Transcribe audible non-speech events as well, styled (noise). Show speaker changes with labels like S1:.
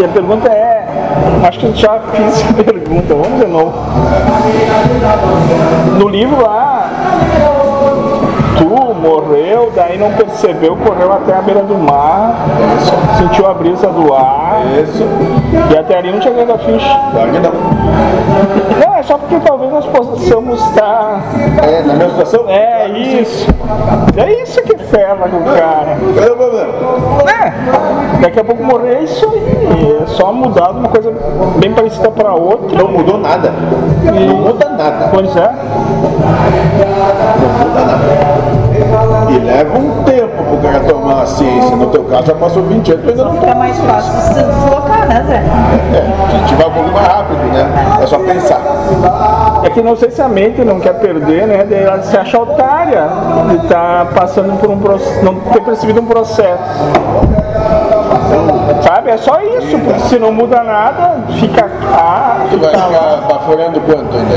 S1: E a pergunta é, acho que já (laughs) fiz essa pergunta, vamos de novo. No livro lá, tu morreu, daí não percebeu, correu até a beira do mar, sentiu a brisa do ar,
S2: Isso.
S1: e até ali não tinha ganho da ficha.
S2: Claro que não.
S1: Não, é só porque talvez nós possamos estar.
S2: É, na minha situação?
S1: É isso. É isso que ferra com o cara.
S2: Qual é o problema?
S1: É, daqui a pouco morrer é isso aí. É só mudar de uma coisa bem parecida pra outra.
S2: Não mudou nada. Não muda nada.
S1: Pois é.
S2: Não muda nada. E leva um tempo pro cara tomar a ciência. No teu caso já passou 20 anos, tu ainda não
S3: Então Fica mais fácil de se deslocar, né, Zé?
S2: É, a gente vai um pouco mais rápido, né? É só pensar.
S1: É que não sei se a mente não quer perder, né? Daí Ela se acha otária de estar passando por um processo, não ter percebido um processo. Sabe? É só isso, porque se não muda nada, fica ah, cá,
S2: Tu vai
S1: fica lá.
S2: ficar baforando quanto ainda?